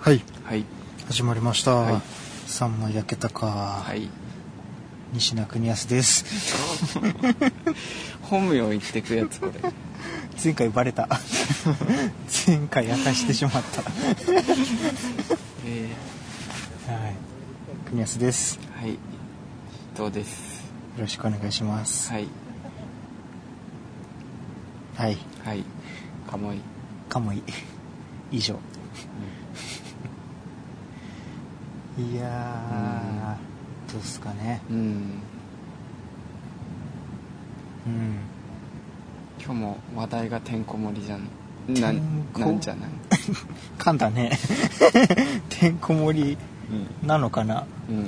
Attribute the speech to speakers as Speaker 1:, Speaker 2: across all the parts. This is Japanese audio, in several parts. Speaker 1: はい
Speaker 2: はい
Speaker 1: 始まりました、
Speaker 2: はい
Speaker 1: さんも焼けたか、
Speaker 2: はい
Speaker 1: 西名邦康です
Speaker 2: 本名言ってくやつこ れ
Speaker 1: 前回バレ た前回明かしてしまった
Speaker 2: え
Speaker 1: はい邦康ですよ
Speaker 2: ー、はいどうです
Speaker 1: ろしくお願いします
Speaker 2: はい
Speaker 1: はい
Speaker 2: はいかもい
Speaker 1: カモイ以上いやーどうっすかね
Speaker 2: うん、うん、
Speaker 1: うん
Speaker 2: 今日も話題がてんこ盛りじゃんな
Speaker 1: てん
Speaker 2: ん
Speaker 1: こ
Speaker 2: なんじゃない
Speaker 1: 噛んだね てんこ盛りなのかな
Speaker 2: うん、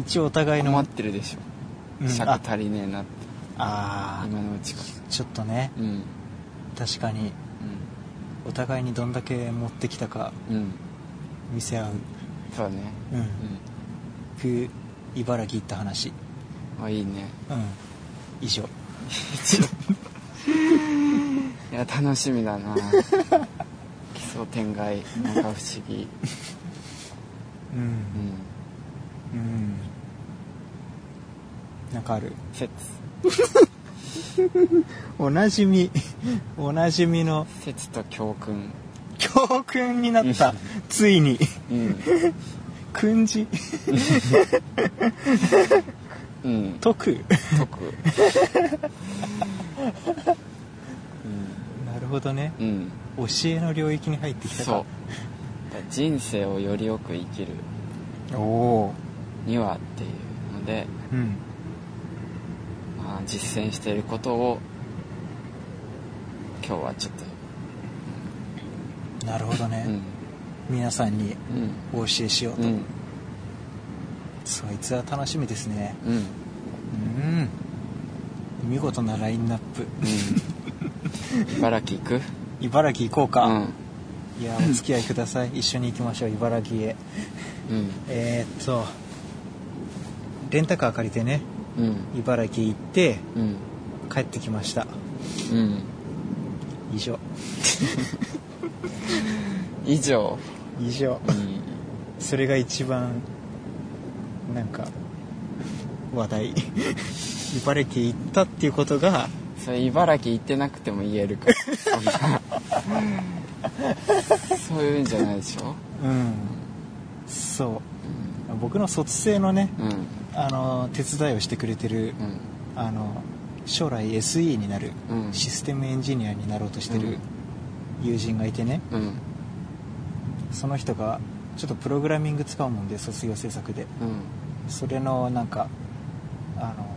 Speaker 1: 一応お互いの
Speaker 2: 困ってるでし
Speaker 1: う
Speaker 2: ょ
Speaker 1: ん
Speaker 2: 尺
Speaker 1: あ
Speaker 2: 足りねえなって
Speaker 1: あー
Speaker 2: 今のうちか
Speaker 1: ちょっとね
Speaker 2: らうん
Speaker 1: 確かにお互いにどんだけ持ってきたか
Speaker 2: うんうん
Speaker 1: 見せ合う
Speaker 2: そうね
Speaker 1: うん
Speaker 2: う
Speaker 1: く茨城行った話
Speaker 2: んあいいね
Speaker 1: うん以上
Speaker 2: いや楽しみ だな奇想天外なんか不思議
Speaker 1: う
Speaker 2: うん
Speaker 1: う
Speaker 2: ん
Speaker 1: んなんかある
Speaker 2: 説
Speaker 1: おなじみおなじみの
Speaker 2: 説と教訓
Speaker 1: 教訓になったついに
Speaker 2: うん
Speaker 1: 訓示
Speaker 2: うん
Speaker 1: 解く
Speaker 2: 解く
Speaker 1: なるほどね
Speaker 2: うん、うん、
Speaker 1: 教えの領域に入ってきた
Speaker 2: そうだから人生をよりよく生きる
Speaker 1: うおお
Speaker 2: にはっていうので、
Speaker 1: うん
Speaker 2: まあ、実践していることを今日はちょっと
Speaker 1: なるほどね、
Speaker 2: うん
Speaker 1: 皆さんに
Speaker 2: うん
Speaker 1: お教えしようと、
Speaker 2: うん
Speaker 1: そいつは楽しみですね
Speaker 2: うんうん
Speaker 1: うん見事なラインナップ
Speaker 2: 茨城行く
Speaker 1: 茨城行こう
Speaker 2: う
Speaker 1: か、
Speaker 2: ん
Speaker 1: いやお付き合いください一緒に行きましょう茨城へ
Speaker 2: うん
Speaker 1: えー、っとレンタカー借りてね
Speaker 2: うん
Speaker 1: 茨城行って
Speaker 2: うん
Speaker 1: 帰ってきました
Speaker 2: うん
Speaker 1: 以上
Speaker 2: 以上、
Speaker 1: 以上
Speaker 2: うん、
Speaker 1: それが一番なんか話題 茨城行ったっていうことが
Speaker 2: それ茨城行ってなくても言えるからそんなそういうんじゃないでしょ
Speaker 1: うんそう僕の卒生のね
Speaker 2: うん
Speaker 1: あの手伝いをしてくれてる
Speaker 2: うん
Speaker 1: あの将来 SE になる、
Speaker 2: うん
Speaker 1: システムエンジニアになろうとして
Speaker 2: う
Speaker 1: る
Speaker 2: ん
Speaker 1: 友人がいてね、
Speaker 2: うん
Speaker 1: その人がちょっとプログラミング使うもんで卒業制作で
Speaker 2: うん
Speaker 1: それのなんかあの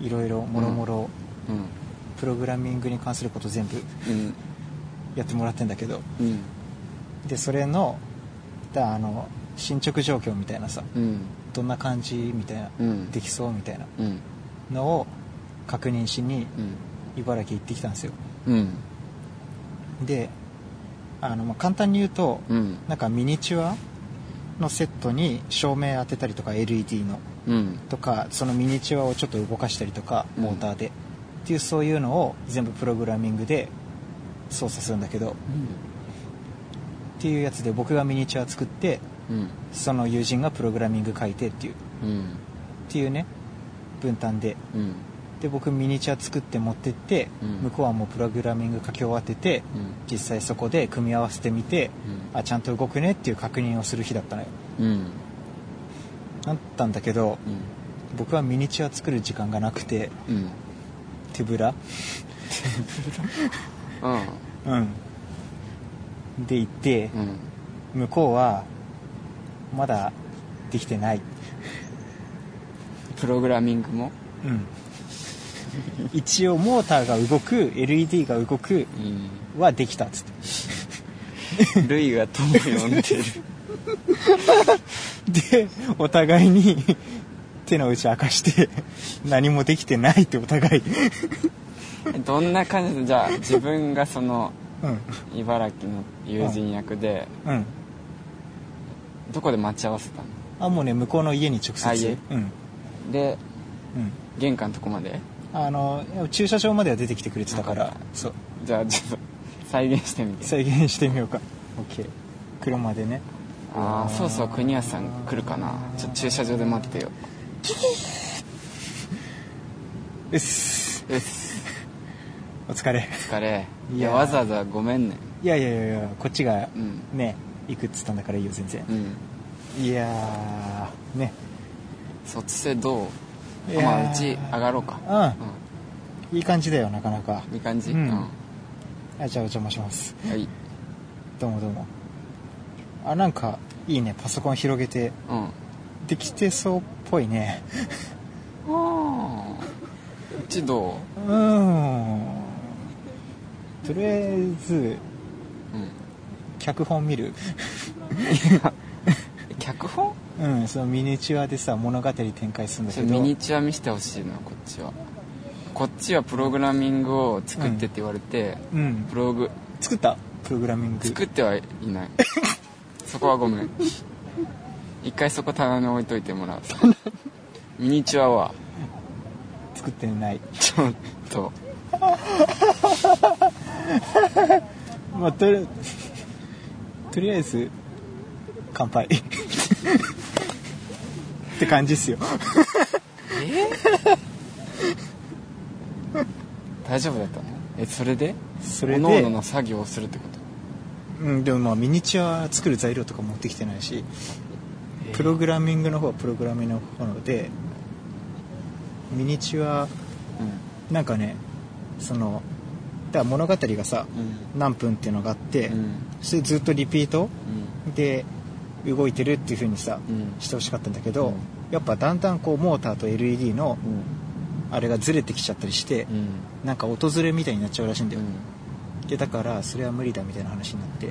Speaker 1: いろいろもろもろ
Speaker 2: うん
Speaker 1: プログラミングに関すること全部
Speaker 2: うん
Speaker 1: やってもらってんだけど
Speaker 2: うん
Speaker 1: でそれのだあの進捗状況みたいなさ
Speaker 2: うん
Speaker 1: どんな感じみたいな、
Speaker 2: うん
Speaker 1: できそうみたいな
Speaker 2: うん
Speaker 1: のを確認しに
Speaker 2: うん
Speaker 1: 茨城行ってきたんですよ
Speaker 2: うん
Speaker 1: であの、まあ簡単に言うと、
Speaker 2: うん
Speaker 1: なんかミニチュアのセットに照明当てたりとか LED の
Speaker 2: うん
Speaker 1: とかそのミニチュアをちょっと動かしたりとか
Speaker 2: うん
Speaker 1: モーターで、っていうそういうのを全部プログラミングで操作するんだけどっていうやつで僕がミニチュア作って
Speaker 2: うん
Speaker 1: その友人がプログラミング書いてっていうっ
Speaker 2: うん
Speaker 1: ていうね分担で
Speaker 2: うん
Speaker 1: で僕ミニチュア作って持ってって、
Speaker 2: うん
Speaker 1: 向こうはもうプログラミング書き終わってて、
Speaker 2: うん
Speaker 1: 実際そこで組み合わせてみて、
Speaker 2: うん
Speaker 1: あちゃんと動くねっていう確認をする日だったのよ
Speaker 2: うん
Speaker 1: だったんだけど僕はミニチュア作る時間がなくて
Speaker 2: うんうん
Speaker 1: 手ぶら
Speaker 2: うん
Speaker 1: うんで行って、
Speaker 2: うん
Speaker 1: 向こうはまだできてない
Speaker 2: プログラミングも
Speaker 1: うん一応モーターが動く LED が動く
Speaker 2: うん
Speaker 1: はできたっつって
Speaker 2: ルイが友を呼んでる
Speaker 1: でお互いに手の内明かして何もできてないってお互い、
Speaker 2: どんな感じでじゃあ自分がその
Speaker 1: うん
Speaker 2: 茨城の友人役で
Speaker 1: うん、
Speaker 2: どこで待ち合わせたの
Speaker 1: あもうね向こうの家に直
Speaker 2: あ
Speaker 1: 接
Speaker 2: 家
Speaker 1: うん
Speaker 2: で
Speaker 1: うん
Speaker 2: 玄関のとこまで
Speaker 1: あの駐車場までは出てきてくれてたから
Speaker 2: あ
Speaker 1: そう
Speaker 2: じゃあちょっと再現してみて
Speaker 1: 再現してみようか OK 車でね
Speaker 2: ああそろそろ国安さん来るかなちょっと駐車場で待ってよ
Speaker 1: うっす
Speaker 2: うっす
Speaker 1: お疲れ
Speaker 2: 疲れい
Speaker 1: い
Speaker 2: や
Speaker 1: や
Speaker 2: わざわざごめんね
Speaker 1: いやいやいやいやこっちが
Speaker 2: うん
Speaker 1: ね、行くっつったんだからいいよ全然
Speaker 2: うん
Speaker 1: いやーね
Speaker 2: 卒生ど
Speaker 1: いうやー
Speaker 2: まあうち上がろうか
Speaker 1: うんいい感じだよなかなか
Speaker 2: うんいい感じ
Speaker 1: う
Speaker 2: うんん
Speaker 1: あじゃあお邪魔します
Speaker 2: はい
Speaker 1: どうもどうもあなんかいいねパソコン広げて
Speaker 2: うん
Speaker 1: できてそうっぽいね
Speaker 2: あーうちど
Speaker 1: うーんとりあえず
Speaker 2: うう
Speaker 1: 脚本見る
Speaker 2: ん脚本
Speaker 1: うんそのミニチュアでさ物語展開するんだ
Speaker 2: ち
Speaker 1: け
Speaker 2: ょ
Speaker 1: ど
Speaker 2: ミニチュア見せてほしいなこっちはこっちはプログラミングを作ってって言われて、
Speaker 1: うん
Speaker 2: プログ
Speaker 1: 作ったプログラミング
Speaker 2: 作ってはい ないそこはごめん一回そこ棚に置いといてもらうミニチュアは
Speaker 1: 作ってない
Speaker 2: ちょっと
Speaker 1: まあ、とりとりあえず乾杯 って感じっすよ
Speaker 2: 大丈夫だったのえそれで
Speaker 1: それで
Speaker 2: おのおのの作業をするってこと
Speaker 1: うんでもまあミニチュア作る材料とか持ってきてないしプログラミングの方はプログラミングの方なのでミニチュアなんかねそのだから物語がさ
Speaker 2: うん
Speaker 1: 何分っていうのがあって、
Speaker 2: うん
Speaker 1: それずっとリピート
Speaker 2: うん
Speaker 1: で動いてるっていう風にさ、
Speaker 2: うん
Speaker 1: してほしかったんだけど、
Speaker 2: うん
Speaker 1: やっぱだんだんこうモーターと LED のあれがずれてきちゃったりして、
Speaker 2: うん
Speaker 1: なんか訪れみたいになっちゃうらしいんだ
Speaker 2: うん
Speaker 1: よ、でだからそれは無理だみたいな話になって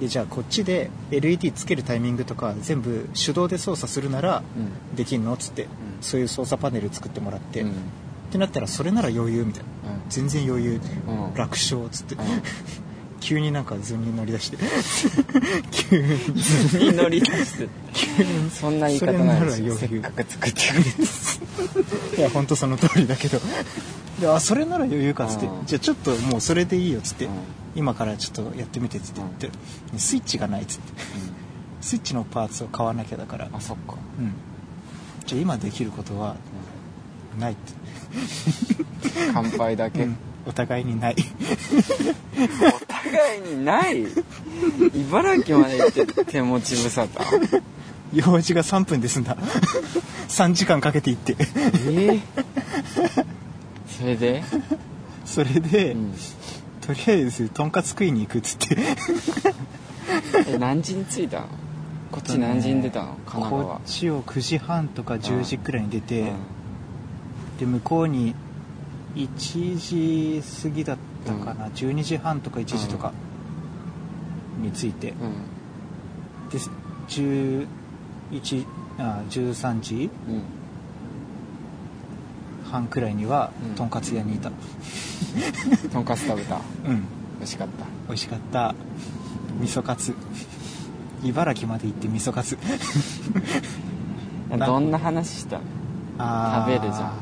Speaker 1: でじゃあこっちで LED つけるタイミングとか全部手動で操作するなら
Speaker 2: うん
Speaker 1: できんのっつって、そういう操作パネル作ってもらって、
Speaker 2: う
Speaker 1: っ
Speaker 2: ん
Speaker 1: てなったらそれなら余裕みたいな全然余裕、
Speaker 2: うん
Speaker 1: 楽勝っつって、
Speaker 2: うん
Speaker 1: 急になんか図に乗り出して急に
Speaker 2: うんに乗り出してそんな言い方ないでしょ
Speaker 1: そ
Speaker 2: せ
Speaker 1: れなら余裕
Speaker 2: っかく作ってくれて
Speaker 1: いや本当その通りだけどであそれなら余裕かっつって
Speaker 2: うん
Speaker 1: じゃあちょっともうそれでいいよっつって、
Speaker 2: うん
Speaker 1: 今からちょっとやってみてっつって
Speaker 2: うん
Speaker 1: 言って、スイッチがないっつってスイッチのパーツを買わなきゃだから
Speaker 2: あそっか
Speaker 1: うんじゃあ今できることはないって、
Speaker 2: 乾杯だ け、
Speaker 1: うんお互いにない
Speaker 2: お互いにない茨城まで行って手持ち無沙汰
Speaker 1: 用事が3分で済ん だ3時間かけて行って
Speaker 2: えーそれで、
Speaker 1: それで、
Speaker 2: うん、
Speaker 1: とりあえずとんかつ食いに行くっつって
Speaker 2: え何時に着いたのこっち何時に出たの神奈川
Speaker 1: こっちを9時半とか10時くらいに出て、で向こうに1時過ぎだったかな、12時半とか1時とかに着いて、
Speaker 2: うん
Speaker 1: で11あ13時
Speaker 2: うん、うん
Speaker 1: 半くらいには
Speaker 2: うん
Speaker 1: とんかつ屋にいた
Speaker 2: とんかつ食べた
Speaker 1: うん
Speaker 2: 美味しかっ
Speaker 1: 美味しかった味噌カツ茨城まで行って味噌 カツ
Speaker 2: た
Speaker 1: な
Speaker 2: どんな話したの
Speaker 1: あー
Speaker 2: 食べるじゃん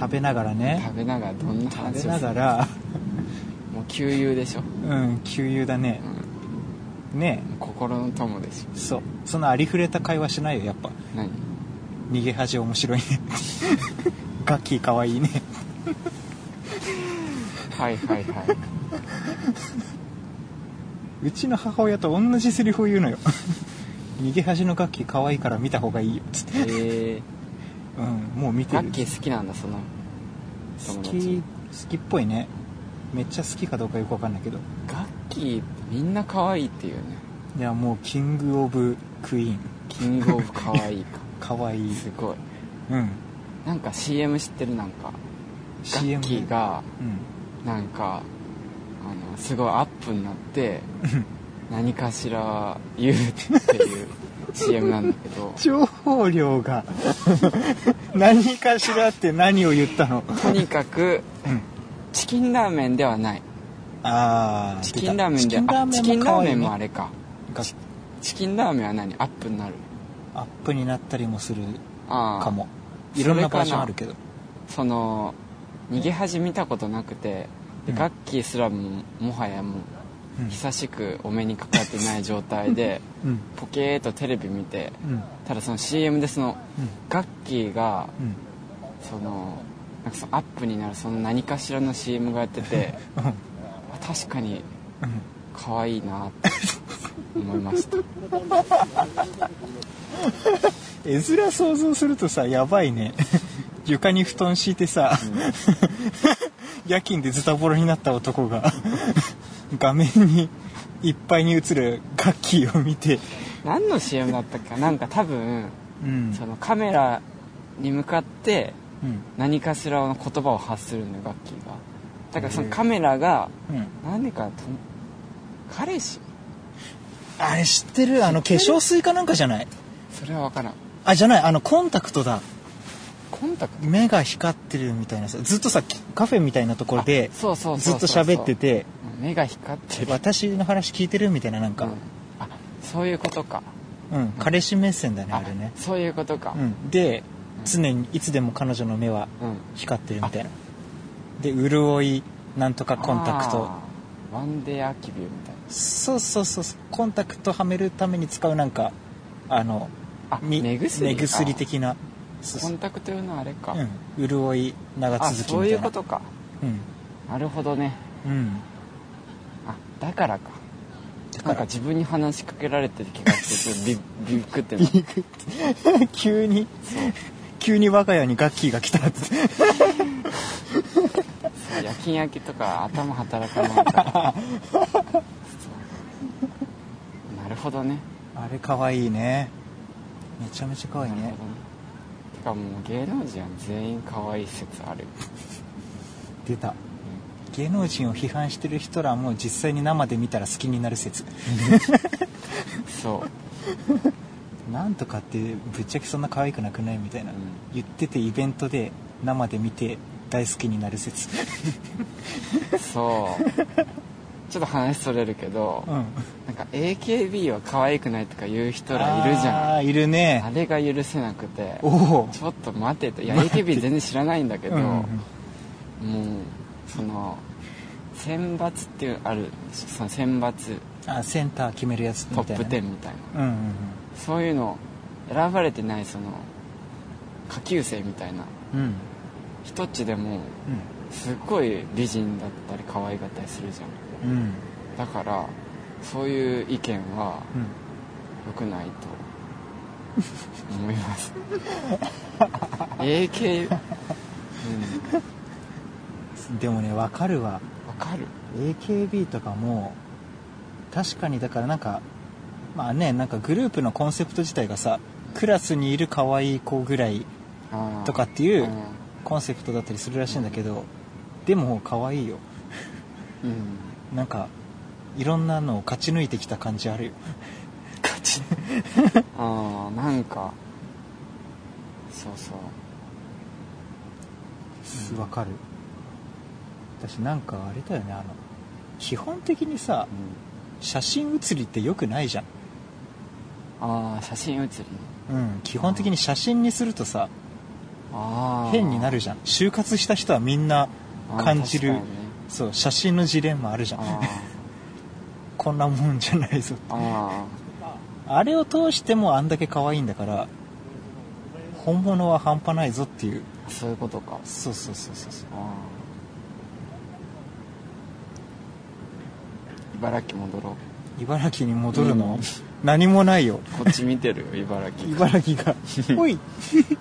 Speaker 1: 食べながらね
Speaker 2: 食べながらどんな話を
Speaker 1: 食
Speaker 2: す
Speaker 1: べ
Speaker 2: る
Speaker 1: ながら
Speaker 2: もう給油でしょ、
Speaker 1: うん給油だね
Speaker 2: う
Speaker 1: ね
Speaker 2: ん、心の友でしょ
Speaker 1: えそうそのありふれた会話しないよやっぱ
Speaker 2: 何
Speaker 1: 逃げ恥面 白いねガッキーかわいいね
Speaker 2: はいはいはいう
Speaker 1: ちの母親と同じセリフを言うのよ逃げ恥のガッキーかわいいから見た方がいいよつって、
Speaker 2: えー、
Speaker 1: うん、もう見て
Speaker 2: ガ
Speaker 1: る
Speaker 2: ッキー好きなんだその
Speaker 1: 好
Speaker 2: 友
Speaker 1: き
Speaker 2: 達
Speaker 1: 好きっぽいねめっちゃ好きかどうかよくわかんないけど
Speaker 2: ガッキーってみんな可愛いっていうね
Speaker 1: いやもうキング・オブ・クイーン
Speaker 2: キングオブ可愛い か
Speaker 1: かわいい
Speaker 2: すごい
Speaker 1: うん
Speaker 2: なんか CM 知ってるなんかガッ
Speaker 1: CM
Speaker 2: キーが
Speaker 1: うん
Speaker 2: なんかあのすごいアップになって何かしら言うっていう CM なんだけ ど
Speaker 1: 情報量 が何かしらって何を言ったの
Speaker 2: とにかく
Speaker 1: うん
Speaker 2: チキンラーメンではない
Speaker 1: ああ
Speaker 2: チキンラーメンであチキンラーメンもあれかチキンラーメンは何アップになる
Speaker 1: アップになったりもする
Speaker 2: ああ
Speaker 1: かも
Speaker 2: あ
Speaker 1: いろん
Speaker 2: それ
Speaker 1: な
Speaker 2: かな
Speaker 1: バージョンあるけど
Speaker 2: その逃げ恥見たことなくて
Speaker 1: う
Speaker 2: で
Speaker 1: ん
Speaker 2: ガッキーすらももはやもう
Speaker 1: うん
Speaker 2: 久しくお目にかかってない状態で
Speaker 1: うん
Speaker 2: ポケーっとテレビ見て
Speaker 1: うんうん
Speaker 2: ただその CM でそのガッキーが
Speaker 1: うん
Speaker 2: そのなんかそのアップになるその何かしらの CM がやっ てて
Speaker 1: うん
Speaker 2: あ確かに
Speaker 1: うん
Speaker 2: 可愛いなって思いま した
Speaker 1: 絵面想像するとさやばいね 床に布団敷いてさ、 夜勤でズタボロになった男が 画面にいっぱいに映る楽器を見て、
Speaker 2: 何の CM だったっけかなんか多分
Speaker 1: うん
Speaker 2: そのカメラに向かって
Speaker 1: うん
Speaker 2: 何かしらの言葉を発するのよガッキーがだからそ
Speaker 1: へ
Speaker 2: の
Speaker 1: え
Speaker 2: カメラが
Speaker 1: うん、
Speaker 2: 何かと彼氏
Speaker 1: あれ知ってるあの化粧水かなんかじゃない
Speaker 2: それは分からん
Speaker 1: あじゃないあのコンタクトだ
Speaker 2: コンタクト
Speaker 1: 目が光ってるみたいなさずっとさカフェみたいなところで
Speaker 2: あそうそう
Speaker 1: ず
Speaker 2: そ
Speaker 1: っ
Speaker 2: う
Speaker 1: と
Speaker 2: そう
Speaker 1: 喋って て
Speaker 2: 目が光ってる
Speaker 1: 私の話聞いてるみたいななん
Speaker 2: う
Speaker 1: か
Speaker 2: ん、あそういうことか
Speaker 1: うん、彼氏目線だね
Speaker 2: あ
Speaker 1: あれね
Speaker 2: そういうことか
Speaker 1: うん、で
Speaker 2: うん
Speaker 1: 常にいつでも彼女の目は
Speaker 2: うん
Speaker 1: 光ってるみたいなで潤いなんとかコンタクト
Speaker 2: あーワンデーアキビューみたい
Speaker 1: そうそうそうそうコンタクトはめるために使うなんかあの
Speaker 2: なあ
Speaker 1: み
Speaker 2: 目薬
Speaker 1: 目薬
Speaker 2: か
Speaker 1: 的なそう
Speaker 2: コ
Speaker 1: そう
Speaker 2: ンタクト用のあれか、
Speaker 1: うん、潤い長
Speaker 2: あ
Speaker 1: 続き
Speaker 2: そう
Speaker 1: み
Speaker 2: い
Speaker 1: た
Speaker 2: う
Speaker 1: いな
Speaker 2: ことか
Speaker 1: うん
Speaker 2: なるほどね
Speaker 1: うん
Speaker 2: あだからか
Speaker 1: だ
Speaker 2: な
Speaker 1: か
Speaker 2: んから自分に話しかけられてる気 がしてちょっとビビックってな
Speaker 1: 急に急に我が家にガッキーが来たって
Speaker 2: そう夜勤明けとか頭働かないからそうなるほどね
Speaker 1: あれ可愛いねめちゃめちゃ可愛い
Speaker 2: な
Speaker 1: ね
Speaker 2: るほどねてかもう芸能人は全員可愛い 説ある
Speaker 1: 出た芸能人を批判してる人らも実際に生で見たら好きになる説
Speaker 2: そう
Speaker 1: なんとかってぶっちゃけそんな可愛くなくないみたいな、
Speaker 2: うん
Speaker 1: 言っててイベントで生で見て大好きになる説
Speaker 2: そうちょっと話それるけど、
Speaker 1: うん
Speaker 2: なんか AKB は可愛くないとか言う人らいるじゃんあ
Speaker 1: あーいるね
Speaker 2: れが許せなくて
Speaker 1: おお
Speaker 2: ちょっと待てといや AKB 全然知らないんだけど、
Speaker 1: うんうん
Speaker 2: もうその選抜っていうあるその選抜
Speaker 1: あセンター決めるやつみ
Speaker 2: ト
Speaker 1: た
Speaker 2: ッ
Speaker 1: い
Speaker 2: プ
Speaker 1: な
Speaker 2: 10
Speaker 1: ね、
Speaker 2: みたいな
Speaker 1: うんうん
Speaker 2: そういうの選ばれてないその下級生みたいな
Speaker 1: うんうん
Speaker 2: 人っちでもすっごい美人だったり可愛かったりするじゃん
Speaker 1: うんうん
Speaker 2: だからそういう意見は
Speaker 1: うん
Speaker 2: 良くないと思います AK うん
Speaker 1: でもね分かるわ
Speaker 2: わかる
Speaker 1: AKB とかも確かにだからなんかまあねなんかグループのコンセプト自体がさクラスにいる可愛い子ぐらい
Speaker 2: あー
Speaker 1: とかっていう
Speaker 2: うん
Speaker 1: コンセプトだったりするらしいんだけどでも可愛いよ
Speaker 2: うん
Speaker 1: なんかいろんなのを勝ち抜いてきた感じあるよ
Speaker 2: 勝ちああなんかそうそううん
Speaker 1: わかる私なんかあれだよねあの基本的にさ
Speaker 2: うん
Speaker 1: 写真写りって良くないじゃん
Speaker 2: ああ写真写りね
Speaker 1: うん基本的に写真にするとさ
Speaker 2: ああ
Speaker 1: 変になるじゃん就活した人はみんな感じる
Speaker 2: あー確かにね
Speaker 1: そう写真のジレンマあるじゃん
Speaker 2: あ
Speaker 1: こんなもんじゃないぞ
Speaker 2: ーあ
Speaker 1: あれを通してもあんだけ可愛いんだから本物は半端ないぞっていう
Speaker 2: ーそういうことか
Speaker 1: そうそうそうそうそう
Speaker 2: あー茨城戻ろう
Speaker 1: 茨城に戻るの、
Speaker 2: うん
Speaker 1: 何もないよ
Speaker 2: こっち見てるよ茨城が
Speaker 1: 茨城が「おい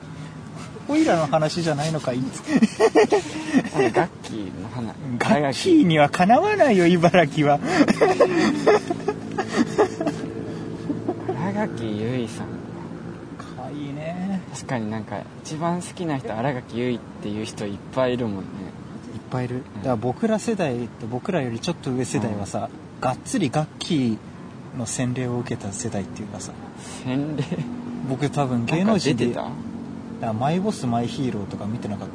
Speaker 1: おいらの話じゃないのかい」
Speaker 2: なんかガッキーの花
Speaker 1: ガッキーにはかなわないよ茨城は
Speaker 2: 新垣結衣さん
Speaker 1: 可愛いね
Speaker 2: 確かになんか一番好きな人新垣結衣っていう人いっぱいいるもんね
Speaker 1: いっぱいいるだから僕ら世代と僕らよりちょっと上世代はさ、がっつりガッキーの洗礼を受けた世代っていうかさ
Speaker 2: 洗礼
Speaker 1: 僕多分芸能人で
Speaker 2: なんか
Speaker 1: だからマイボスマイヒーローとか見てなかっ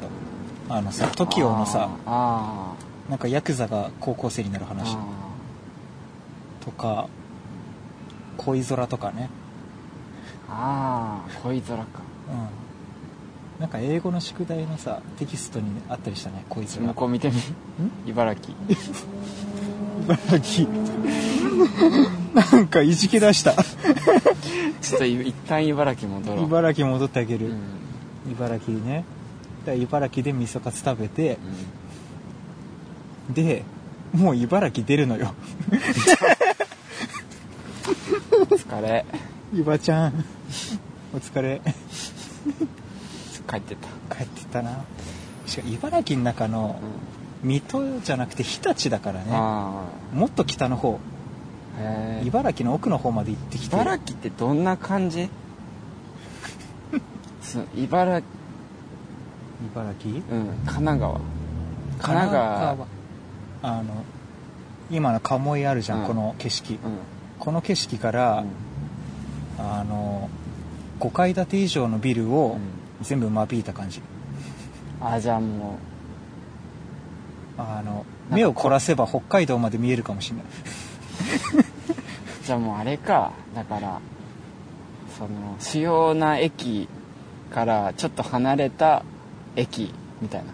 Speaker 1: たあのさ TOKIO のさ
Speaker 2: あー
Speaker 1: なんかヤクザが高校生になる
Speaker 2: あー
Speaker 1: 話
Speaker 2: あ
Speaker 1: とか恋空とかね
Speaker 2: ーあー恋空か
Speaker 1: うんなんか英語の宿題のさテキストにあったりしたね恋
Speaker 2: 向
Speaker 1: 空
Speaker 2: こう見てみ茨城
Speaker 1: 茨城 なんかいじけ出した
Speaker 2: ちょっ とい一旦茨城戻ろう
Speaker 1: 茨城戻ってあげ
Speaker 2: う
Speaker 1: る
Speaker 2: ん、うん、
Speaker 1: 茨城ねだから茨城で味噌カツ食べてでもう茨城出るのよ
Speaker 2: 疲れ
Speaker 1: いばちゃん お疲れ
Speaker 2: 帰ってた、
Speaker 1: 帰ってったなしかも茨城の中の
Speaker 2: うん
Speaker 1: 水戸じゃなくて日立だからね
Speaker 2: あ
Speaker 1: もっと北の方
Speaker 2: あへえ
Speaker 1: 茨城の奥の方まで行ってきて
Speaker 2: 茨城ってどんな 感じその茨城
Speaker 1: 茨城神
Speaker 2: うん神奈川神奈川
Speaker 1: 川あの今の鴨居あるじゃん、
Speaker 2: うん
Speaker 1: この景色
Speaker 2: うん
Speaker 1: この景色から、あの5階建て以上のビル
Speaker 2: う
Speaker 1: を
Speaker 2: ん
Speaker 1: 全部間引いた感じ、
Speaker 2: あじゃあも
Speaker 1: あの目を凝らせば北海道まで見えるかもしれないう
Speaker 2: じゃあもうあれかだからその主要な駅からちょっと離れた駅みたいな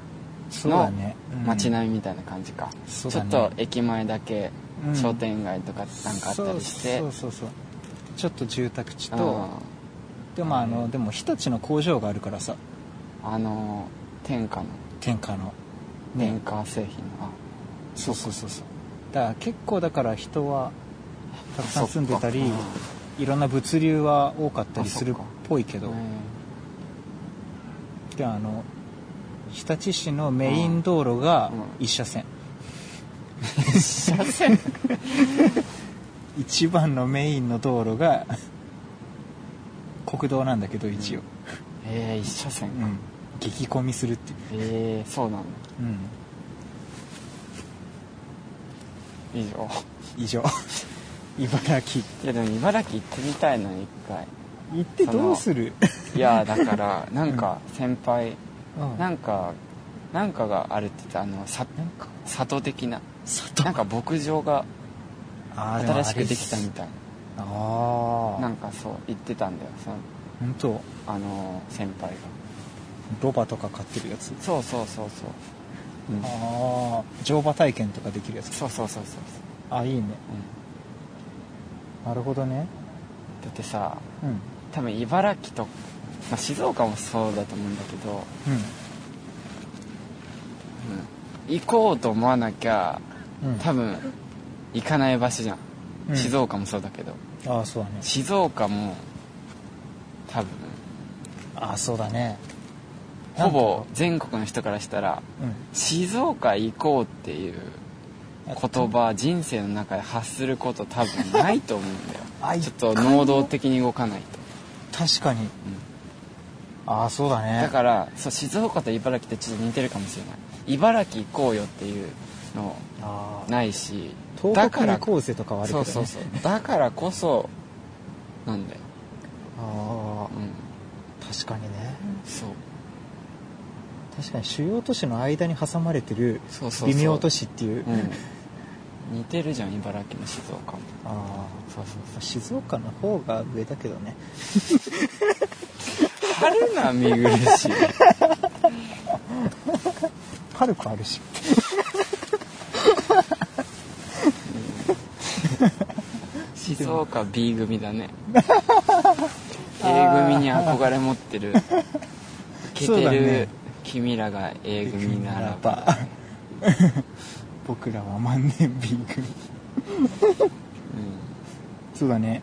Speaker 1: そうだね、うん
Speaker 2: 街並みみたいな感じか、
Speaker 1: そう
Speaker 2: ちょ
Speaker 1: だ
Speaker 2: っ
Speaker 1: ね
Speaker 2: と駅前だけ
Speaker 1: うん
Speaker 2: 商店街とかなんかあったりして、
Speaker 1: そうそうそうそうちょっと住宅地
Speaker 2: うん
Speaker 1: とでもあ
Speaker 2: う
Speaker 1: の
Speaker 2: ん
Speaker 1: でも日立の工場があるからさ
Speaker 2: あの天下の
Speaker 1: 天下の
Speaker 2: 電化製品の、
Speaker 1: そうそうそうそうだから結構だから人はたくさん住んでたり
Speaker 2: そっか
Speaker 1: いろんな物流は多かったり
Speaker 2: あ
Speaker 1: するっ
Speaker 2: そっか
Speaker 1: ぽいけ
Speaker 2: あ
Speaker 1: ど
Speaker 2: う
Speaker 1: であの日立市のメイン道路が
Speaker 2: うんうん
Speaker 1: 一車線、
Speaker 2: ん車線
Speaker 1: 一番のメインの道路が国道なんだけど一応、
Speaker 2: えー、一車線
Speaker 1: う
Speaker 2: か、
Speaker 1: ん激混みするっていう、
Speaker 2: えー、そうなんだ
Speaker 1: うん、
Speaker 2: 以上
Speaker 1: 以上 茨城
Speaker 2: いやでも茨城行ってみたいのに一回
Speaker 1: 行ってどうする、
Speaker 2: いやだからなんか先輩、
Speaker 1: うん、
Speaker 2: なんかなんかがあるって言ってあのさ
Speaker 1: なんか
Speaker 2: 里 的な
Speaker 1: 里
Speaker 2: なんか牧場が
Speaker 1: あーでもあれ
Speaker 2: 新しくできたみたい
Speaker 1: ああ
Speaker 2: なな
Speaker 1: 本
Speaker 2: んかそう言ってたんだよその
Speaker 1: 当
Speaker 2: あのー先輩が
Speaker 1: ロバとか飼ってるやつ、
Speaker 2: そうそうそうそう、うん、
Speaker 1: ああ乗馬体験とかできるやつ
Speaker 2: そうそうそうそうそう、
Speaker 1: あいいね
Speaker 2: う
Speaker 1: なるほどね
Speaker 2: ん、だってさ
Speaker 1: うんうん
Speaker 2: 多分茨城と、まあ、静岡もそうだと思うんだけど、行こうと思わなきゃ
Speaker 1: うん
Speaker 2: 多分行かない場所じゃん、
Speaker 1: うん
Speaker 2: 静岡もそうだけど
Speaker 1: ああそうだね
Speaker 2: 静岡も多分
Speaker 1: ああそうだね
Speaker 2: ほぼ全国の人からしたら静岡行こうっていう
Speaker 1: なんかうん
Speaker 2: 言葉人生の中で発すること多分ないと思うんだよ
Speaker 1: あ
Speaker 2: ちょっと能動的に動かないと、
Speaker 1: 確かに
Speaker 2: うん
Speaker 1: ああそうだね
Speaker 2: だからそう静岡と茨城ってちょっと似てるかもしれない茨城行こうよっていうの
Speaker 1: ああ
Speaker 2: ないしだ
Speaker 1: 東
Speaker 2: か
Speaker 1: 北
Speaker 2: ら
Speaker 1: に構成とかはあるけ
Speaker 2: そ
Speaker 1: ど、
Speaker 2: う
Speaker 1: ね、
Speaker 2: そうそうだからこそなんだよ、
Speaker 1: あ
Speaker 2: うん、
Speaker 1: あ確かにね
Speaker 2: そう
Speaker 1: 確かに主要都市の間に挟まれてる
Speaker 2: そうそうそう
Speaker 1: 微妙都市っていう
Speaker 2: うん、似てるじゃん茨城も静岡も
Speaker 1: あ
Speaker 2: そうそう
Speaker 1: あ静岡の方が上だけどね
Speaker 2: そう春な見苦しい
Speaker 1: パルコあるし
Speaker 2: 静岡 B 組だ ね A 組に憧れ持ってる着
Speaker 1: そう
Speaker 2: て
Speaker 1: だ
Speaker 2: る、
Speaker 1: ね
Speaker 2: 君らが A 組ならば
Speaker 1: ば 僕らは万年 B 組そうだね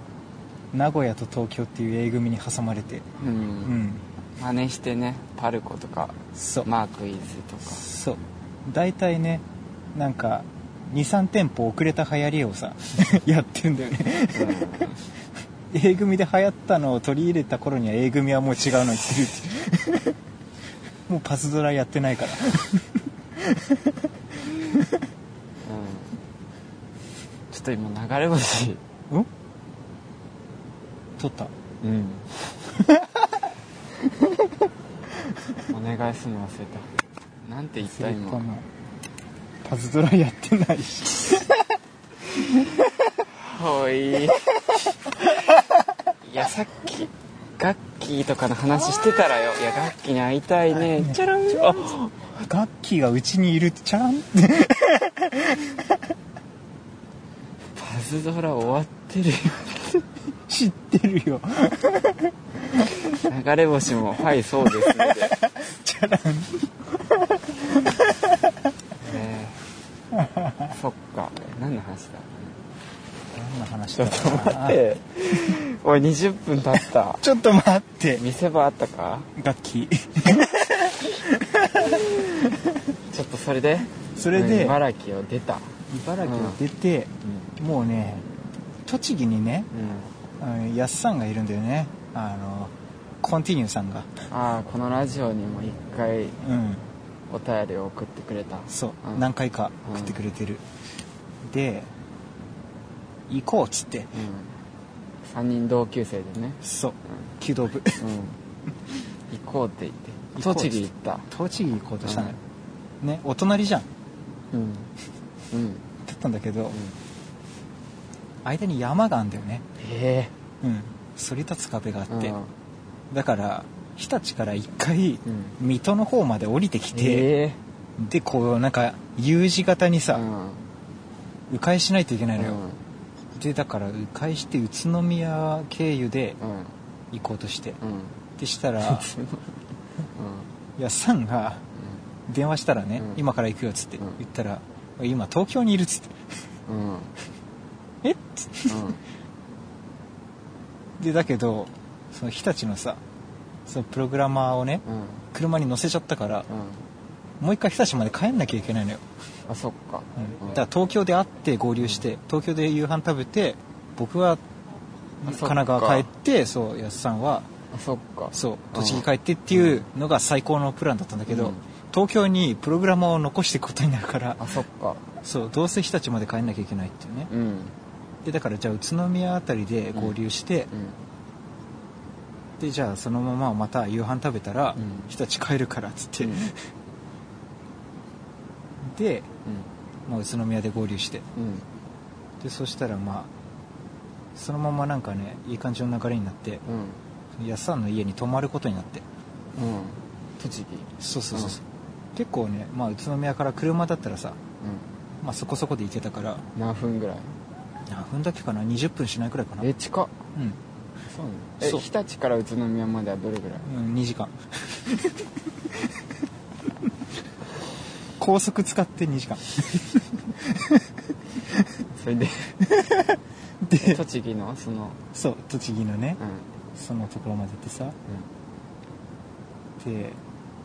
Speaker 1: 名古屋と東京っていう A 組に挟まれて
Speaker 2: うん、う
Speaker 1: うんん
Speaker 2: 真似してねパルコとか
Speaker 1: そう、
Speaker 2: マークイズとか
Speaker 1: そう大体ねなんか23店舗遅れた流行りを さやってんだよね A 組で流行ったのを取り入れた頃には A 組はもう違うの言ってる っていうもうパズドラやってないから
Speaker 2: うん、うんちょっと今流れ星
Speaker 1: うん撮った
Speaker 2: うん お願いするの忘れたなんて言っ
Speaker 1: そ
Speaker 2: た
Speaker 1: れか
Speaker 2: 今
Speaker 1: なパズドラやってない し
Speaker 2: ほいいやさっきガッキーとかの話してたらよいやガッキーに会いたいねチャランあ
Speaker 1: ガッキーがうちにいるってちゃんって
Speaker 2: スドラ終わってるよ
Speaker 1: 知ってるよ
Speaker 2: 流れ星も「はいそうです」で
Speaker 1: チャラン
Speaker 2: ねえそっか何の話だ
Speaker 1: 何の話
Speaker 2: ちょ
Speaker 1: だ
Speaker 2: っと
Speaker 1: ろうな
Speaker 2: 待っておい20分経った
Speaker 1: ちょっと待って
Speaker 2: 見せ場あったか
Speaker 1: 楽器
Speaker 2: ちょっとそれで
Speaker 1: それで
Speaker 2: 茨城を出た
Speaker 1: 茨城を出て、もうね栃木にね
Speaker 2: うん、
Speaker 1: うんやっさんがいるんだよねあのコンティニューさんが
Speaker 2: ああこのラジオにも一回
Speaker 1: うん
Speaker 2: お便りを送ってくれた
Speaker 1: そう、
Speaker 2: うん
Speaker 1: 何回か送ってくれてる、で行こうっつって
Speaker 2: うん、3人同級生でね、
Speaker 1: そう弓道部
Speaker 2: うん、行こうって言って
Speaker 1: 行こうっつって
Speaker 2: 栃木行った
Speaker 1: 栃木行こうとしたのよ、ねお隣じゃんだ
Speaker 2: うんうん
Speaker 1: ったんだけど、間に山があんだよね
Speaker 2: へ
Speaker 1: うんそり立つ壁があ
Speaker 2: え
Speaker 1: って、
Speaker 2: うん
Speaker 1: だから日立から一回
Speaker 2: うん
Speaker 1: 水戸の方まで降りてきて、
Speaker 2: へえ
Speaker 1: でこうなんか U 字型にさ、
Speaker 2: うん
Speaker 1: 迂回しないといけないのよ、
Speaker 2: うん
Speaker 1: でだから迂回して宇都宮経由で
Speaker 2: うん
Speaker 1: 行こうとして、
Speaker 2: うん
Speaker 1: でした ら
Speaker 2: う
Speaker 1: いやさんが電話したらね、
Speaker 2: うん
Speaker 1: 今から行くよっつって
Speaker 2: うん
Speaker 1: 言ったら「今東京にいる」っつって
Speaker 2: んうんうん
Speaker 1: 「えっ?」つってでだけどその日立のさそのプログラマーをね
Speaker 2: うんうん
Speaker 1: 車に乗せちゃったから
Speaker 2: うん
Speaker 1: もう一回日立まで帰んなきゃいけないのよ、
Speaker 2: あそっか
Speaker 1: うん
Speaker 2: うん
Speaker 1: だから東京で会って合流して東京で夕飯食べて僕は
Speaker 2: あ
Speaker 1: 神
Speaker 2: そっか
Speaker 1: 奈川帰ってそう安さんは
Speaker 2: あそっか
Speaker 1: そう栃木帰ってっていうのが最高のプランだったんだけど、
Speaker 2: うん
Speaker 1: 東京にプログラマーを残していくことになるから
Speaker 2: あそっか
Speaker 1: そうどうせ日立まで帰んなきゃいけないっていうね、
Speaker 2: うん
Speaker 1: でだからじゃあ宇都宮あたりで合流して、
Speaker 2: うん
Speaker 1: でじゃあそのまままた夕飯食べたら、
Speaker 2: うん
Speaker 1: 日立帰るからっつって、
Speaker 2: うん
Speaker 1: でもう宇都宮で合流して
Speaker 2: うんうん
Speaker 1: でそしたらまあそのままなんかねいい感じの流れになってやっさんの家に泊まることになって
Speaker 2: うんうん栃木
Speaker 1: そうそうそうそう、結構ね、まあ、宇都宮から車だったらさ、
Speaker 2: う
Speaker 1: まあ、そこそこで行けたから
Speaker 2: ん何分ぐらい
Speaker 1: 何分だっけかな20分しないくらいかな
Speaker 2: え近っ
Speaker 1: うん
Speaker 2: そうなのえ
Speaker 1: そう
Speaker 2: 日立から宇都宮まではどれぐらい
Speaker 1: うん、2時間 高速使って2時間
Speaker 2: それで
Speaker 1: で
Speaker 2: 栃木のその
Speaker 1: そう栃木のね
Speaker 2: うん
Speaker 1: そのところまで行ってさで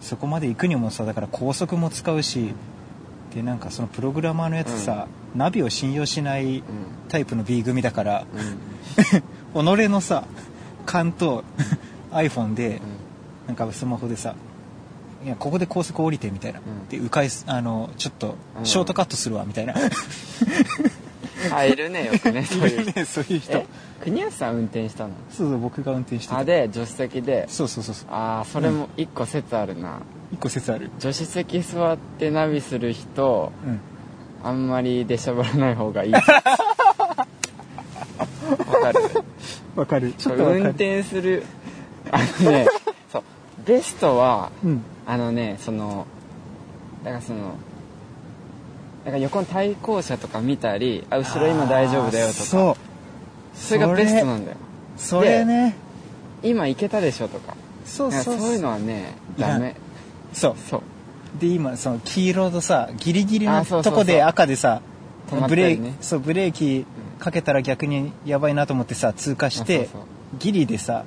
Speaker 1: そこまで行くにもさだから高速も使うしでなんかそのプログラマーのやつさ、ナビを信用しない
Speaker 2: うん
Speaker 1: タイプの B 組だから
Speaker 2: うんうん
Speaker 1: 己のさ勘と iPhone でなんかスマホでさいやここで高速降りてみたいな、
Speaker 2: ん
Speaker 1: で迂回すあのちょっとショートカットするわみたいな、
Speaker 2: うんあいるねよく ねそういう
Speaker 1: いるねそういう人
Speaker 2: え国安さん運転したの
Speaker 1: そうそう僕が運転してた
Speaker 2: あで助手席で
Speaker 1: そうそうそうそう
Speaker 2: ああそれも一個説あるな
Speaker 1: 一個説ある
Speaker 2: 助手席座ってナビする人
Speaker 1: うん
Speaker 2: あんまり出しゃばらない方が いいわかる
Speaker 1: わかるちょっとわかる
Speaker 2: 運転するあのね そうベストは
Speaker 1: うん
Speaker 2: あのねそのだからそのだから横の対向車とか見たりあ後ろ今大丈夫だよとか
Speaker 1: あー
Speaker 2: そ
Speaker 1: そう
Speaker 2: れがベストなんだよ
Speaker 1: それね
Speaker 2: 今行けたでしょとか
Speaker 1: そう
Speaker 2: なんか
Speaker 1: そう
Speaker 2: そういうのはね
Speaker 1: いら
Speaker 2: ダ
Speaker 1: ん
Speaker 2: メ
Speaker 1: そう
Speaker 2: そう
Speaker 1: で今その黄色のさギリギリ
Speaker 2: あー
Speaker 1: の
Speaker 2: そうそ
Speaker 1: と
Speaker 2: う
Speaker 1: こ
Speaker 2: そう
Speaker 1: で赤でさ
Speaker 2: 止まった
Speaker 1: ブレ
Speaker 2: りね
Speaker 1: ーキそうブレーキかけたら逆にやばいなと思ってさ通過し
Speaker 2: あ
Speaker 1: て
Speaker 2: そうそう
Speaker 1: ギリでさ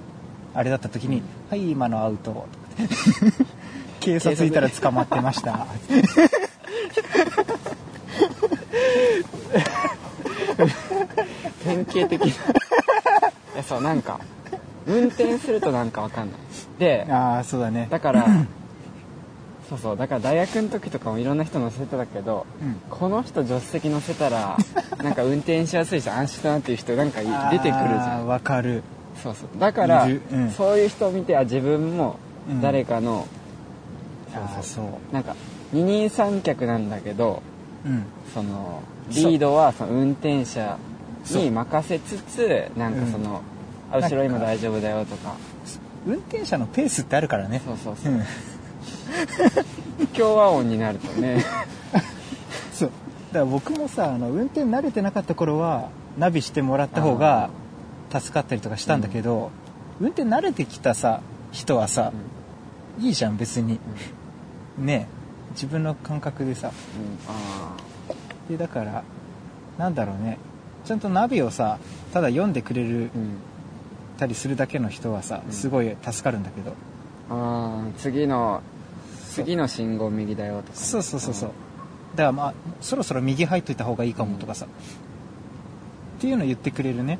Speaker 1: あれだった時に「はい今のアウト」 とかって警察いたら捕まってました
Speaker 2: 典型的ない やそうなんか運転するとなんかわかんないで
Speaker 1: ああそうだね
Speaker 2: だからそうそうだから大学の時とかもいろんな人乗せてたけど、
Speaker 1: うん
Speaker 2: この人助手席乗せた らなんか運転しやすいし安心だなっていう人なんかい出てくるじ
Speaker 1: あー
Speaker 2: ゃん
Speaker 1: わかる
Speaker 2: そうそうだから、
Speaker 1: いるうん
Speaker 2: そういう人を見てあ自分も
Speaker 1: うん
Speaker 2: 誰かの、
Speaker 1: ああーそう
Speaker 2: なんか二人三脚なんだけど
Speaker 1: うん
Speaker 2: その
Speaker 1: そう
Speaker 2: リードはその運転者
Speaker 1: そ
Speaker 2: に
Speaker 1: う
Speaker 2: 任せつつなんかその、あ後ろ今大丈夫だよとか
Speaker 1: 運転者のペースってあるからね
Speaker 2: そうそう
Speaker 1: う
Speaker 2: そうん 不協和音になるとね
Speaker 1: そうから僕もさあの運転慣れてなかった頃はナビしてもらった方が助かったりとかしたんだけど、運転慣れてきたさ人はさ、いいじゃん別にね自分の感覚でさ
Speaker 2: あ
Speaker 1: でだからなんだろうねちゃんとナビをさただ読んでくれる
Speaker 2: ーうん
Speaker 1: たりするだけの人はさ
Speaker 2: うん
Speaker 1: すごい助かるんだけど、
Speaker 2: あー次の次の信号右だよとか
Speaker 1: そうそうそうそうだからまあそろそろ右入っといた方がいいかもとかさ、っていうのを言ってくれるね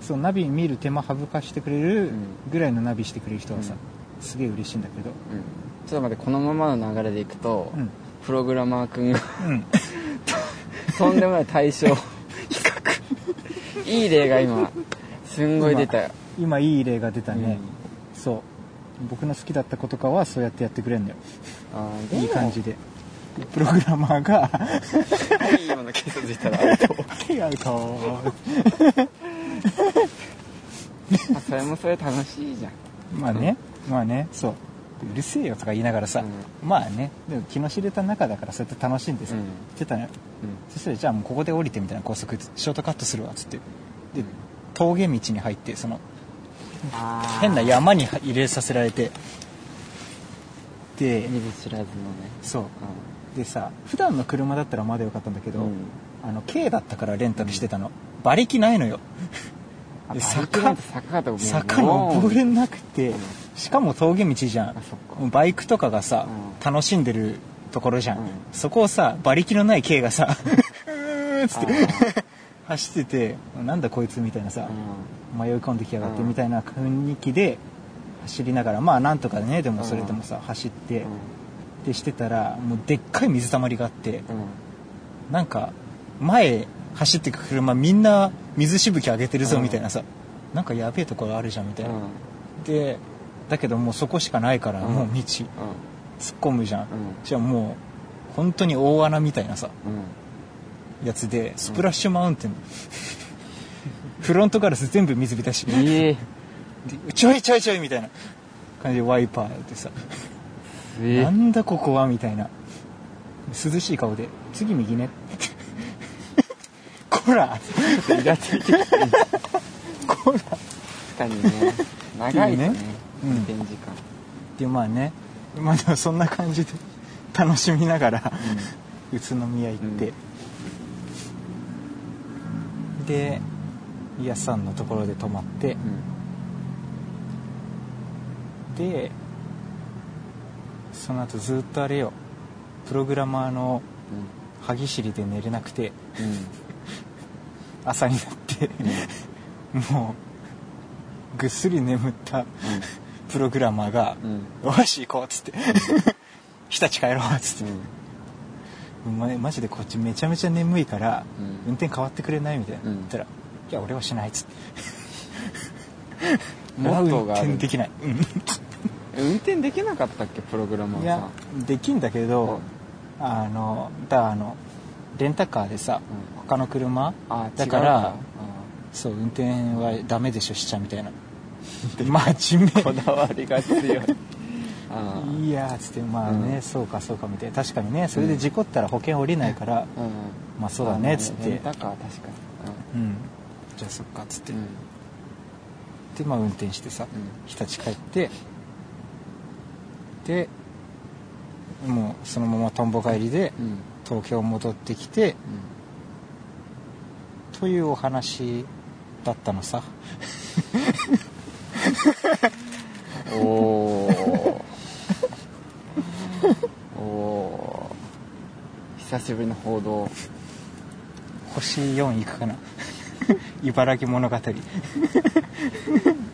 Speaker 1: そうナビ見る手間省かしてくれるぐらいのナビしてくれる人はさ、すげえ嬉しいんだけど
Speaker 2: うん、うんちょっと待ってこのままの流れでいくと、
Speaker 1: うん
Speaker 2: プログラマー君が
Speaker 1: うん
Speaker 2: とんでもない対象比較いい例が今すんごい出たよ、
Speaker 1: 今いい例が出た
Speaker 2: うん
Speaker 1: ね、そう僕の好きだった子とかはそうやってやってくれるんだよ
Speaker 2: あー
Speaker 1: いい感じでプログラマーが
Speaker 2: いい今の警察いたらアウト
Speaker 1: 「手アウト
Speaker 2: あそれもそれ楽しいじゃん
Speaker 1: まあねまあねそううるせえよとか言いながらさ、まあねでも気の知れた中だからそうやって楽しんでさ、
Speaker 2: うん
Speaker 1: 言ってたのよそしたらじゃあもうここで降りてみたいな高速ショートカットするわっつって
Speaker 2: うん
Speaker 1: で峠道に入ってその
Speaker 2: あー
Speaker 1: 変な山に入れさせられてで
Speaker 2: 見ず知らずのね
Speaker 1: そうでさ普段の車だったらまだよかったんだけど、
Speaker 2: うん
Speaker 1: あの軽だったからレンタルしてたの、馬力ないのよ
Speaker 2: あ
Speaker 1: で
Speaker 2: 坂
Speaker 1: 坂
Speaker 2: 坂と
Speaker 1: 坂登れ
Speaker 2: ん
Speaker 1: なくて
Speaker 2: うん
Speaker 1: しかも峠道じゃ
Speaker 2: あそっか
Speaker 1: んバイクとかがさ、
Speaker 2: うん
Speaker 1: 楽しんでるところじゃん、
Speaker 2: うん
Speaker 1: そこをさ馬力のない軽が さ「うーん」っつって走っててなんだこいつみたいなさ、迷い込んできやがって
Speaker 2: うん
Speaker 1: みたいな雰囲気で走りながらまあなんとかねでもそれでもさ走ってでしてたらもうでっかい水たまりがあってなんか前走ってく車みんな水しぶき上げてるぞ
Speaker 2: うん
Speaker 1: みたいなさなんかやべえところあるじゃんみたいなでだけどもうそこしかないから
Speaker 2: うん
Speaker 1: もう道突っ込むじゃんじゃあもう本当に大穴みたいなさやつでスプラッシュマウンテンフロントガラス全部水浸し
Speaker 2: ええ
Speaker 1: でちょいちょいちょいみたいな感じでワイパーでさ、
Speaker 2: え
Speaker 1: な
Speaker 2: え
Speaker 1: んだここはみたいな涼しい顔で次右ねこら
Speaker 2: イラついてきた確
Speaker 1: こら
Speaker 2: かにね長いとね
Speaker 1: っていうねうん
Speaker 2: 運転時間
Speaker 1: でまあねまあでもそんな感じで楽しみながら、宇都宮行って、でイヤさんのところで泊まってでその後ずっとあれよプログラマーの歯ぎしりで寝れなくて
Speaker 2: うん
Speaker 1: 朝になって
Speaker 2: うんうん
Speaker 1: もうぐっすり眠ったプログラマーが
Speaker 2: うん
Speaker 1: 「よし行こう」っつって「 日立帰ろう」っつってお前マジでこっちめちゃめちゃ眠いから、
Speaker 2: うん
Speaker 1: 運転変わってくれないみたいな、
Speaker 2: うん
Speaker 1: 言ったら「いや俺はしない」っつって
Speaker 2: うん
Speaker 1: 俺は
Speaker 2: モットー
Speaker 1: 運
Speaker 2: があ
Speaker 1: 転
Speaker 2: る
Speaker 1: できない、
Speaker 2: 運転できなかったっけプログラ マ
Speaker 1: うん、い
Speaker 2: ー
Speaker 1: や
Speaker 2: さ
Speaker 1: できんだけど、あのだからあのレンタカーでさ、
Speaker 2: うん
Speaker 1: 他の車
Speaker 2: あ
Speaker 1: だからそう運転はダメでしょしちゃみたいな 真面目
Speaker 2: こ だわりが強いああ
Speaker 1: いやーっつってまあね、
Speaker 2: うん
Speaker 1: そうかそうかみたいな確かにねそれで事故ったら保険降りないから、
Speaker 2: うん
Speaker 1: まあそうだねっつって
Speaker 2: レンタカー確か
Speaker 1: うんじゃあそっかっつって、
Speaker 2: にうんうん
Speaker 1: でまあ運転してさ、日立帰ってでもうそのままトンボ帰りで
Speaker 2: うんうん
Speaker 1: 東京戻ってきてというお話だったのさ
Speaker 2: お おおお久しぶりの報道
Speaker 1: 星4いくかな 茨城物語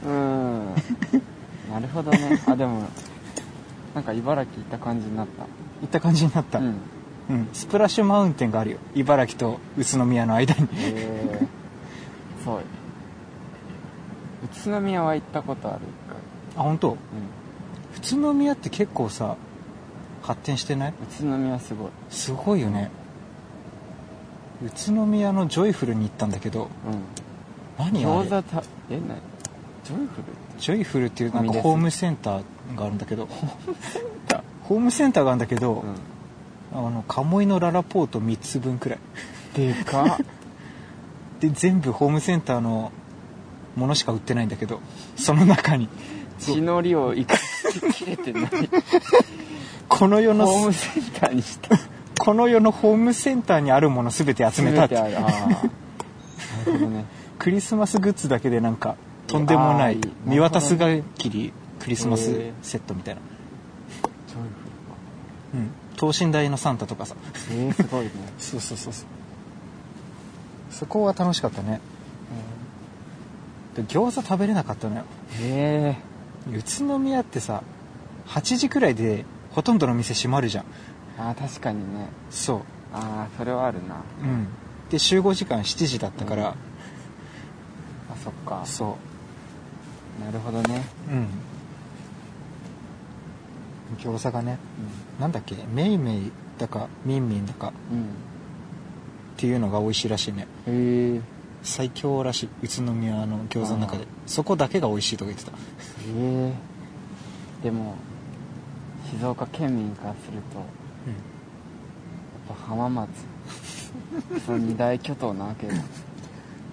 Speaker 2: うん なるほどねあでもなんか茨城行った感じになった
Speaker 1: いった感じになった、
Speaker 2: うん
Speaker 1: うんスプラッシュマウンテンがあるよ茨城と宇都宮の間に
Speaker 2: へえ そう宇都宮は行ったことあるか
Speaker 1: あ本当
Speaker 2: う
Speaker 1: 宇都宮って結構さ発展してない
Speaker 2: ん宇都宮すごい
Speaker 1: すごいよね宇都宮のジョイフルに行ったんだけど
Speaker 2: うん
Speaker 1: 何あれ
Speaker 2: 餃子たえなジョイフル
Speaker 1: ジョイフルっていうなん
Speaker 2: 海
Speaker 1: か
Speaker 2: です
Speaker 1: ホームセンターがあるんだけどホームセンターがあるんだけど、
Speaker 2: うん
Speaker 1: あの鴨居のララポート3つ分くらい
Speaker 2: で かっ
Speaker 1: で全部ホームセンターのものしか売ってないんだけどその中に
Speaker 2: 血のりを生かしきれてない
Speaker 1: この世の
Speaker 2: ホームセンターにした
Speaker 1: この世のホームセンターにあるもの全て集めたっ
Speaker 2: 全てあるあ
Speaker 1: て
Speaker 2: ーなるほどね
Speaker 1: クリスマスグッズだけでなんかとんでもない
Speaker 2: あーいい
Speaker 1: 見渡すがきりクリスマスセットみたいな、
Speaker 2: ジョイ
Speaker 1: うん、等身大のサンタとかさ
Speaker 2: フルえー、すごいね、
Speaker 1: そうそうそうそうそこは楽しかったねで餃子食べれなかったのよ
Speaker 2: え
Speaker 1: 宇都宮ってさ8時くらいでほとんどの店閉まるじゃん
Speaker 2: ー、あー確かにね
Speaker 1: そ
Speaker 2: ああそれはあるな
Speaker 1: ううんで集合時間7時だったから、
Speaker 2: あそっか
Speaker 1: そ
Speaker 2: なるほどね、
Speaker 1: ううん餃子がねなんだっけメイメイだかミンミンだか
Speaker 2: うん
Speaker 1: っていうのが美味しいらしいね
Speaker 2: うん、えー、
Speaker 1: 最強らしい宇都宮の餃子の中で
Speaker 2: あー
Speaker 1: そこだけが美味しいとか言ってた
Speaker 2: えー、でも静岡県民からするとやっぱ浜松その二大巨頭なわけだ宇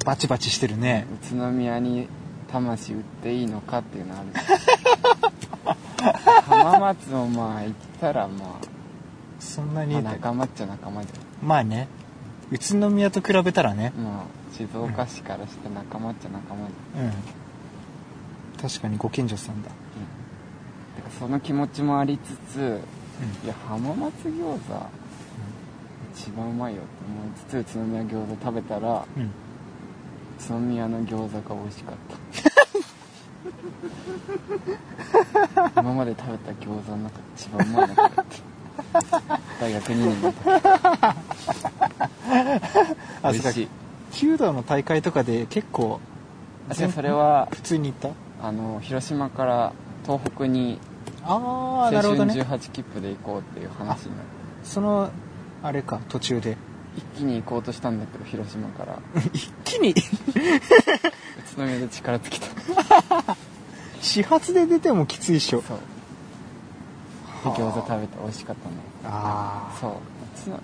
Speaker 1: バチバチしてるね
Speaker 2: 都宮に魂売っていいのかっていうのあるし浜松もまあ行ったらま
Speaker 1: そんな
Speaker 2: あ、
Speaker 1: に
Speaker 2: まあ仲間っちゃ仲間じ
Speaker 1: まあね宇都宮と比べたらね
Speaker 2: ゃんまあ静岡市からして仲間っちゃ仲間じ
Speaker 1: うん確かにご近所さんだ
Speaker 2: ゃん、うん、だからその気持ちもありつついや浜松餃子一番うまいよって思いつつ宇都宮餃子食べたら
Speaker 1: うん、うん、
Speaker 2: 宇都宮の餃子が美味しかった今まで食べた餃子の中で一番うまいなこれって大学2年の時美味しい
Speaker 1: 弓道の大会とかで結構
Speaker 2: あじゃあそれは
Speaker 1: 普通に行った
Speaker 2: あの広島から東北に
Speaker 1: あ
Speaker 2: 青
Speaker 1: あなる
Speaker 2: 春
Speaker 1: ほどね
Speaker 2: 18切符で行こうっていう話になって
Speaker 1: そのあれか途中で
Speaker 2: 一気に行こうとしたんだけど広島から
Speaker 1: 一気に
Speaker 2: 宇都宮で力尽きた
Speaker 1: 始発で出てもきついっしょ
Speaker 2: そうで餃子食べて美味しかったね
Speaker 1: あ
Speaker 2: そうつな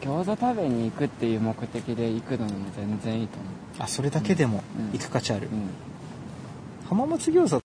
Speaker 2: 餃子食べに行くっていう目的で行くのにも全然いいと思
Speaker 1: あそれだけでも
Speaker 2: うん
Speaker 1: 行く価値ある、
Speaker 2: う、うん
Speaker 1: 浜松餃子